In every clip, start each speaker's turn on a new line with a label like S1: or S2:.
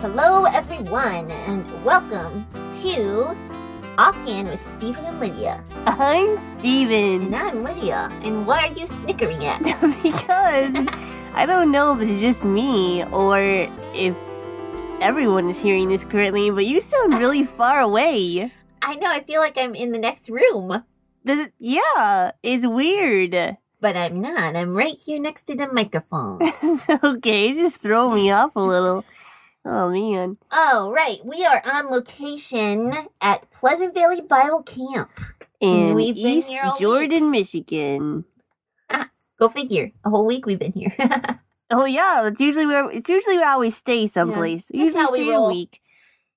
S1: Hello, everyone, and welcome to Offhand with Stephen and Lydia.
S2: I'm
S1: And
S2: Steven.
S1: I'm Lydia, and what are you snickering at?
S2: because I don't know if it's just me or if everyone is hearing this currently, but you sound really far away.
S1: I know, I feel like I'm in the next room,
S2: Does it- yeah, it's weird.
S1: but I'm not. I'm right here next to the microphone.
S2: okay, it just throw me off a little. Oh man.
S1: oh, right. We are on location at Pleasant Valley Bible Camp.
S2: In
S1: We've been
S2: East
S1: here all week.
S2: Jordan, Michigan.
S1: Go figure. A whole week we've been here.
S2: Oh yeah, it's usually where it's usually how we stay someplace.
S1: that's
S2: usually
S1: how we
S2: stay
S1: roll.
S2: a week.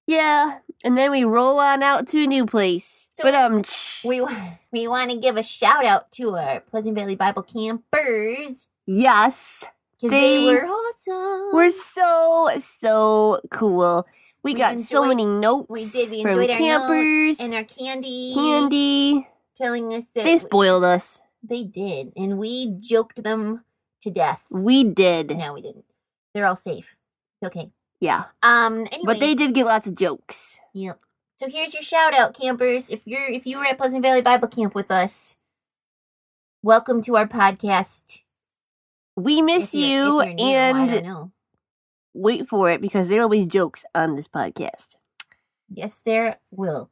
S2: Yeah, and then we roll on out to a new place.
S1: So
S2: but um,
S1: we wa- we want to give a shout out to our Pleasant Valley Bible campers
S2: yes,
S1: because
S2: They
S1: they, were awesome.
S2: we're so so cool. We,
S1: Hmm. We
S2: got so
S1: enjoyed-
S2: many notes
S1: we did. We
S2: from
S1: enjoyed our notes
S2: campers,
S1: and our candy.
S2: candy.
S1: telling us that
S2: They spoiled us.
S1: they did, and we joked them to death.
S2: We did. Yeah,
S1: No, we didn't. They're all safe. Okay. Um. Anyway,
S2: but they did get lots of jokes.
S1: Yep. So here's your shout out, campers. If you're if you were at Pleasant Valley Bible Camp with us, welcome to our podcast.
S2: We miss
S1: If you're- if you're new,
S2: you,
S1: I
S2: and
S1: don't know.
S2: wait for it because there will be jokes on this podcast.
S1: yes, there will.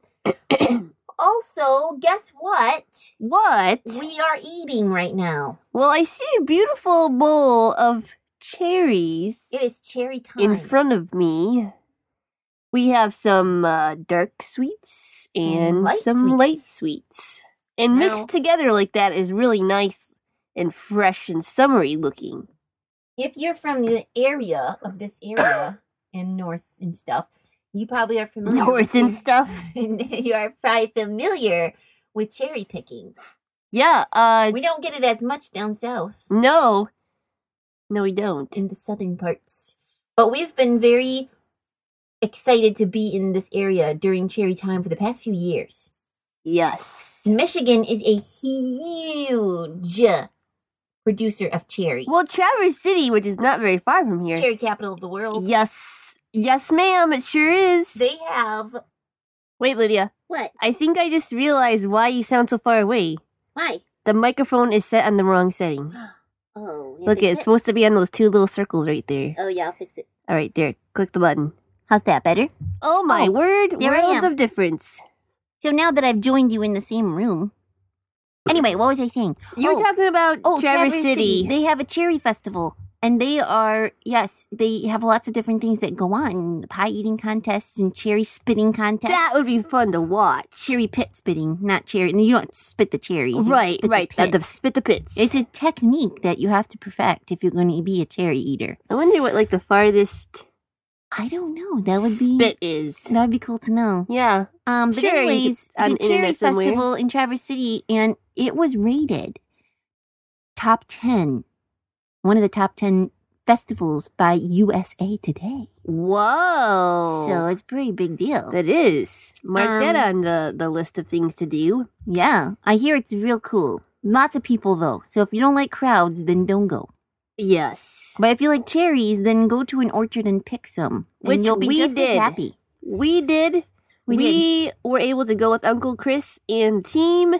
S1: also, guess what?
S2: What?
S1: We are eating right now.
S2: Well, I see a beautiful bowl of cherries
S1: It is cherry time.
S2: in front of me. We have some uh, dark sweets
S1: And
S2: and
S1: light
S2: some
S1: sweets.
S2: light sweets. And
S1: Now-
S2: mixed together like that is really nice and fresh and summery looking.
S1: if you're from the area of this area and north and stuff, you probably are familiar.
S2: North and
S1: with-
S2: stuff.
S1: you are probably familiar with cherry picking.
S2: Yeah, uh,
S1: We don't get it as much down south
S2: no. No, we don't.
S1: in the southern parts, but we've been very excited to be in this area during cherry time for the past few years.
S2: Yes.
S1: Michigan is a huge producer of cherry,
S2: Well, Traverse City, which is not very far from here.
S1: cherry capital of the world.
S2: Yes. Yes, ma'am, it sure is.
S1: They have
S2: Wait, Lydia.
S1: what?
S2: I think I just realized why you sound so far away.
S1: Why?
S2: The microphone is set on the wrong setting.
S1: Oh, you
S2: Look,
S1: fixed
S2: it's supposed to be on those two little circles right there.
S1: Oh yeah, I'll fix it.
S2: All right, there. Click the button.
S1: How's that better?
S2: Oh my
S1: Oh,
S2: word!
S1: there I
S2: Worlds
S1: am.
S2: of difference.
S1: So now that I've joined you in the same room. Anyway, what was I saying?
S2: You
S1: Oh,
S2: were talking about
S1: oh,
S2: Traverse, City.
S1: They have a cherry festival. And they are, yes, they have lots of different things that go on pie eating contests and cherry spitting contests.
S2: That would be fun to watch.
S1: cherry pit spitting, not cherry. And you don't spit the cherries. you
S2: Right,
S1: spit the
S2: right. At
S1: pit.
S2: the spit the pits.
S1: it's a technique that you have to perfect if you're going to be a cherry eater.
S2: I wonder what like the farthest
S1: I don't know. That would be
S2: spit is.
S1: that would be cool to know.
S2: Yeah.
S1: Um, but
S2: Sure, you
S1: anyways,
S2: could- on
S1: the Cherry
S2: internet somewhere.
S1: Festival in Traverse City, and it was rated top ten, one of the top ten festivals by USA Today.
S2: Whoa.
S1: So it's a pretty big deal.
S2: Oh. that is mark that
S1: Um,
S2: on the the list of things to do.
S1: yeah, I hear it's real cool. Lots of people though, so if you don't like crowds, then don't go.
S2: Yes.
S1: But if you like cherries, then go to an orchard and pick some, and
S2: Which
S1: you'll be
S2: we
S1: just as
S2: did.
S1: happy.
S2: We did.
S1: We
S2: We,
S1: did.
S2: were able to go with Uncle Chris and team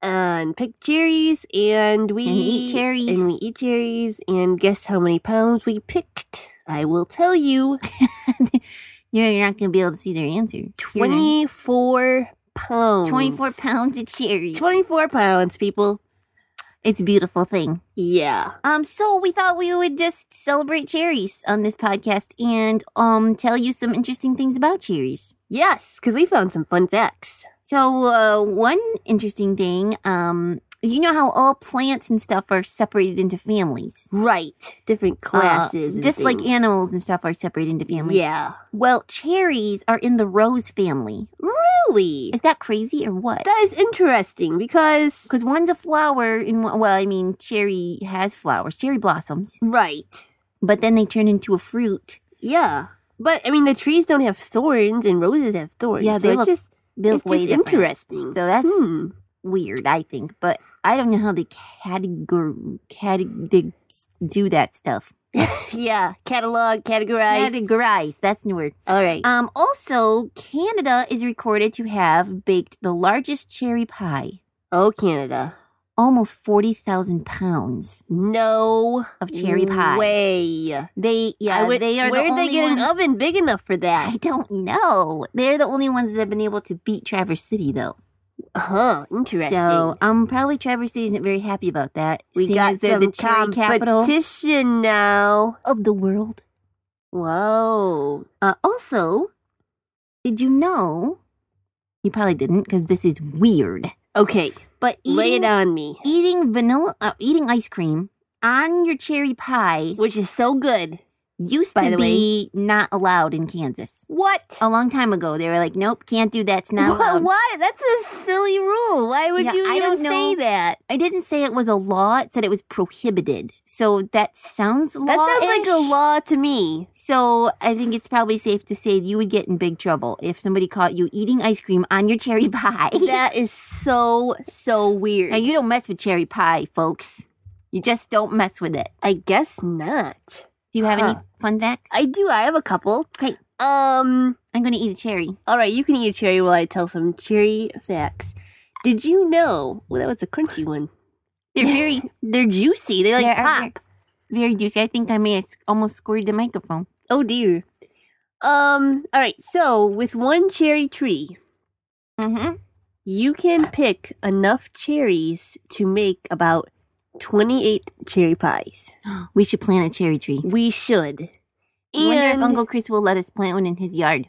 S2: and pick cherries and we
S1: And eat cherries.
S2: and we eat cherries and guess how many pounds we picked? I will tell you.
S1: You're you're not gonna be able to see their answer. You're gonna-
S2: 24 pounds.
S1: 24 pounds of cherry.
S2: 24 pounds, people.
S1: It's a beautiful thing.
S2: Yeah.
S1: Um, so we thought we would just celebrate cherries on this podcast and um tell you some interesting things about cherries.
S2: Yes, cuz we found some fun facts.
S1: So uh, one interesting thing, um, you know how all plants and stuff are separated into families,
S2: Right. Different
S1: Uh,
S2: classes. and
S1: just like
S2: things.
S1: animals and stuff are separated into families.
S2: Yeah.
S1: Well, cherries are in the rose family.
S2: Really?
S1: Is that crazy or what?
S2: That is interesting because
S1: Because one's a flower, and one, well, I mean, cherry has flowers, cherry blossoms,
S2: right.
S1: but then they turn into a fruit.
S2: Yeah. But I mean, the trees don't have thorns, and roses have thorns.
S1: Yeah,
S2: Yeah,
S1: they
S2: so it's
S1: look
S2: just
S1: They're
S2: it's
S1: way
S2: just
S1: different.
S2: interesting.
S1: So that's
S2: Hmm.
S1: weird, I think, but I don't know how they categor, categ- they s- do that stuff.
S2: yeah, catalog, categorize.
S1: Categorized. That's the word.
S2: All right.
S1: Um, also, Canada is recorded to have baked the largest cherry pie,
S2: oh, Canada.
S1: almost 40,000 pounds
S2: No
S1: of cherry pie.
S2: Way.
S1: They, yeah,
S2: I would-
S1: they are the
S2: Where'd
S1: only
S2: they get
S1: ones,
S2: an oven big enough for that?
S1: I don't know. They're the only ones that have been able to beat Traverse City, though.
S2: Huh. Interesting.
S1: So, um, probably Traverse City isn't very happy about that.
S2: we
S1: seeing
S2: got
S1: as they're
S2: some
S1: the cherry capital
S2: competition now.
S1: of the world.
S2: Whoa.
S1: Uh, also, did you know? You probably didn't because this is weird.
S2: Okay,
S1: But
S2: lay
S1: eating,
S2: it on me.
S1: eating vanilla, uh, eating ice cream on your cherry pie
S2: Which is so good.
S1: used
S2: By
S1: to
S2: the
S1: be not allowed in Kansas.
S2: What?
S1: A long time ago, they were like, "Nope, can't do that. It's not
S2: Wha-
S1: allowed."
S2: Why? That's a silly rule. Why would
S1: Yeah,
S2: you
S1: I
S2: even
S1: don't know.
S2: say that?
S1: I didn't say it was a law; it said it was prohibited. So that sounds law.
S2: That sounds like a law to me.
S1: So I think it's probably safe to say you would get in big trouble if somebody caught you eating ice cream on your cherry pie.
S2: That is so so weird.
S1: now you don't mess with cherry pie, folks. You just don't mess with it.
S2: I guess not.
S1: Do you have any
S2: Huh.
S1: fun facts?
S2: I do. I have a couple.
S1: Okay.
S2: Um.
S1: I'm going to eat a cherry.
S2: All right. You can eat a cherry while I tell some cherry facts. Did you know? Well, that was a crunchy one.
S1: They're very,
S2: They're juicy. They like
S1: They are
S2: pop.
S1: very- very juicy. I think I may have s- almost squirted the microphone.
S2: Oh dear. Um. All right. So with one cherry tree,
S1: Mm-hmm.
S2: you can pick enough cherries to make about twenty-eight cherry pies.
S1: We should plant a cherry tree.
S2: We should.
S1: I wonder if
S2: And
S1: Uncle Chris will let us plant one in his yard.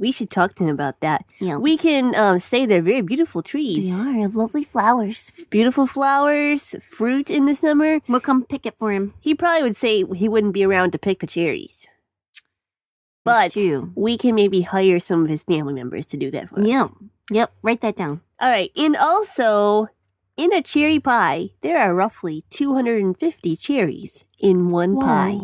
S2: we should talk to him about that.
S1: Yeah.
S2: We can um, say they're very beautiful trees.
S1: They are lovely flowers.
S2: Beautiful flowers, fruit in the summer.
S1: We'll come pick it for him.
S2: He probably would say he wouldn't be around to pick the cherries.
S1: That's
S2: But
S1: true.
S2: we can maybe hire some of his family members to do that for us.
S1: Yep. Yep. Write that down.
S2: All right. And also, in a cherry pie, there are roughly 250 cherries in one
S1: Whoa.
S2: pie.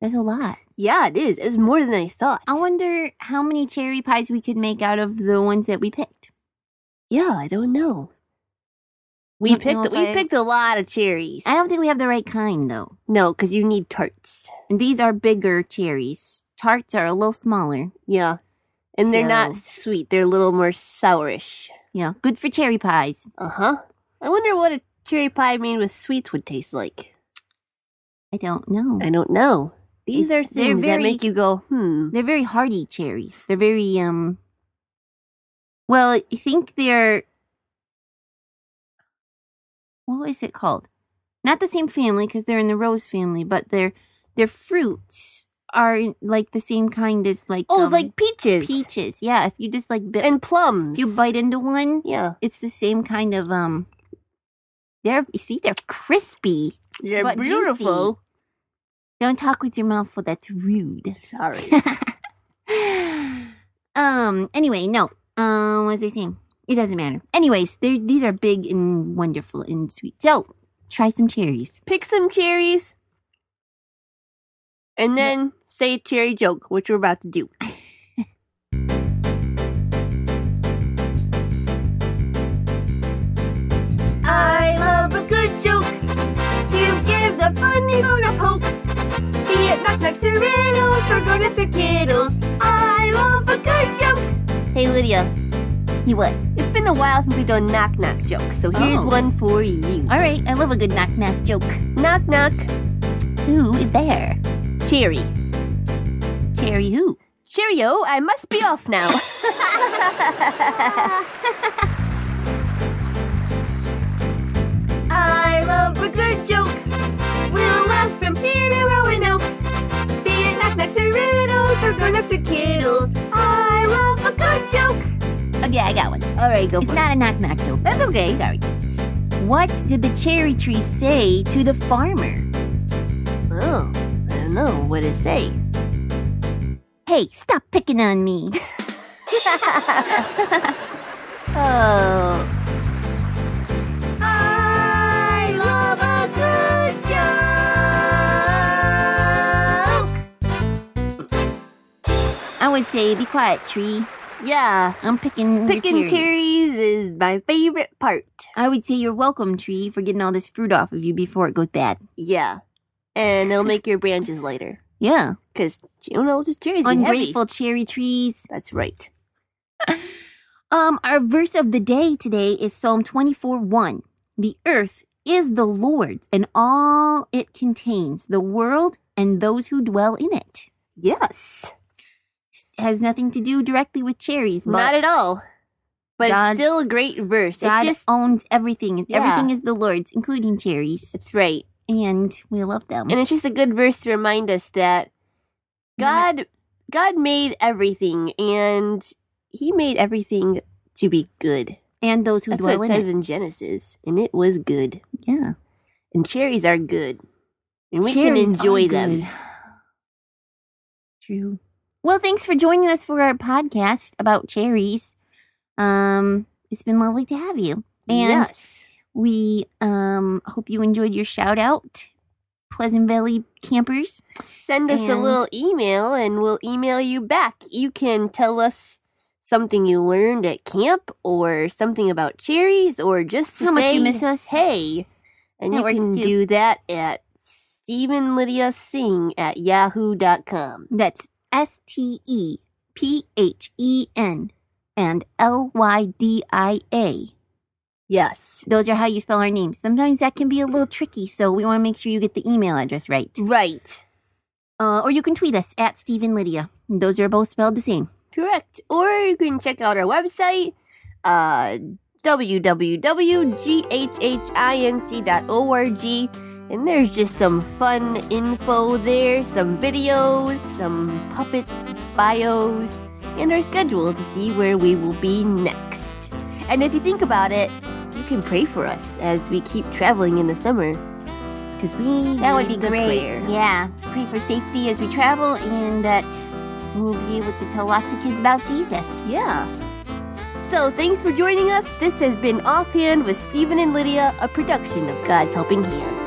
S1: That's a lot.
S2: Yeah, it is. It's more than I thought.
S1: I wonder how many cherry pies we could make out of the ones that we picked.
S2: Yeah, I don't know. We
S1: Don't
S2: picked
S1: know if
S2: we
S1: I-
S2: picked a lot of cherries.
S1: I don't think we have the right kind though.
S2: No, because you need tarts.
S1: And these are bigger cherries. Tarts are a little smaller.
S2: Yeah, and they're not
S1: So-
S2: sweet. They're a little more sourish.
S1: Yeah, good for cherry pies.
S2: Uh huh. I wonder what a cherry pie made with sweets would taste like.
S1: I don't know.
S2: I don't know. These
S1: It-
S2: are
S1: they're
S2: things that
S1: very-
S2: make you go, hmm.
S1: They're very hardy cherries. They're very um. Well, I think they're. What is it called? Not the same family because they're in the rose family, but their their fruits are like the same kind as like
S2: Oh, it's
S1: um,
S2: like peaches
S1: peaches. Yeah, if you just like bit,
S2: and plums.
S1: if you bite into one,
S2: yeah,
S1: it's the same kind of um. They're see they're crispy.
S2: they're
S1: But
S2: beautiful.
S1: Don't talk with your mouth full. That's rude.
S2: Sorry.
S1: um. Anyway, no. Um. What was I saying? It doesn't matter. Anyways, they're- these are big and wonderful and sweet. So try some cherries.
S2: Pick some cherries, and then say a cherry joke, which we're about to do.
S1: I love a good joke. You give the funny bone a poke. Be it knock knocks or riddles for grown-ups or kiddles. I love a good joke.
S2: Hey, Lydia.
S1: You what?
S2: It's been a while since we've done knock knock jokes, so here's
S1: Oh.
S2: one for you.
S1: All right, I love a good knock knock joke.
S2: Knock knock,
S1: Who is there?
S2: Cherry.
S1: Cherry who?
S2: Cheerio, I must be off now.
S1: I love a good joke. We'll laugh from here to Roanoke. Be it knock knocks or riddles for grown-ups or kiddles. I love a good joke. Okay, I got one.
S2: All right, go
S1: It's
S2: for it.
S1: not a knock knock joke. That's okay. Sorry. What did the cherry tree say to the farmer?
S2: Oh, I don't know what to say.
S1: Hey, stop picking on me.
S2: Oh,
S1: I love a good joke. I would say be quiet, tree.
S2: yeah.
S1: I'm picking
S2: Picking
S1: your cherry.
S2: cherries is my favorite part.
S1: I would say you're welcome, tree, for getting all this fruit off of you before it goes bad.
S2: Yeah. and it'll make your branches lighter.
S1: Yeah.
S2: Because you know, just cherries are heavy.
S1: Ungrateful cherry trees.
S2: That's right.
S1: Um, our verse of the day today is Psalm 24 1. The earth is the Lord's and all it contains, the world and those who dwell in it.
S2: Yes,
S1: Has nothing to do directly with cherries, but
S2: not at all. But
S1: God-
S2: it's still a great verse.
S1: God
S2: it just
S1: owns everything. and
S2: Yeah.
S1: Everything is the Lord's, including cherries.
S2: it's right,
S1: And we love them.
S2: and it's just a good verse to remind us that
S1: Not-
S2: God, God made everything, and He made everything to be good.
S1: and those who
S2: That's
S1: dwell
S2: what it
S1: in
S2: says in Genesis, and it was good.
S1: Yeah.
S2: And cherries are good, and we
S1: Cherries
S2: can enjoy
S1: are
S2: them.
S1: good. True. Well, thanks for joining us for our podcast about cherries. Um, it's been lovely to have you. And
S2: yes,
S1: we um hope you enjoyed your shout out, Pleasant Valley campers.
S2: send us a
S1: and-
S2: little email, and we'll email you back. You can tell us something you learned at camp, or something about cherries, or just to
S1: How much
S2: say,
S1: you miss us.
S2: Hey, and
S1: That
S2: you
S1: works
S2: can
S1: too.
S2: do that at Stephen Lydia Sing at yahoo.com.
S1: That's S T E P H E N and L Y D I A.
S2: Yes,
S1: Those are how you spell our names. Sometimes that can be a little tricky, so we want to make sure you get the email address right.
S2: right,
S1: Uh, or you can tweet us at Stephen Lydia. Those are both spelled the same.
S2: correct. Or you can check out our website. Uh, www.ghhinc.org. And there's just some fun info there, some videos, some puppet bios, and our schedule to see where we will be next. And if you think about it, you can pray for us as we keep traveling in the summer. Because we
S1: That would be
S2: need the
S1: great.
S2: prayer.
S1: Yeah. Pray for safety as we travel and that we'll be able to tell lots of kids about Jesus.
S2: Yeah. So thanks for joining us. This has been Offhand with Stephen and Lydia, a production of God's Helping Hand.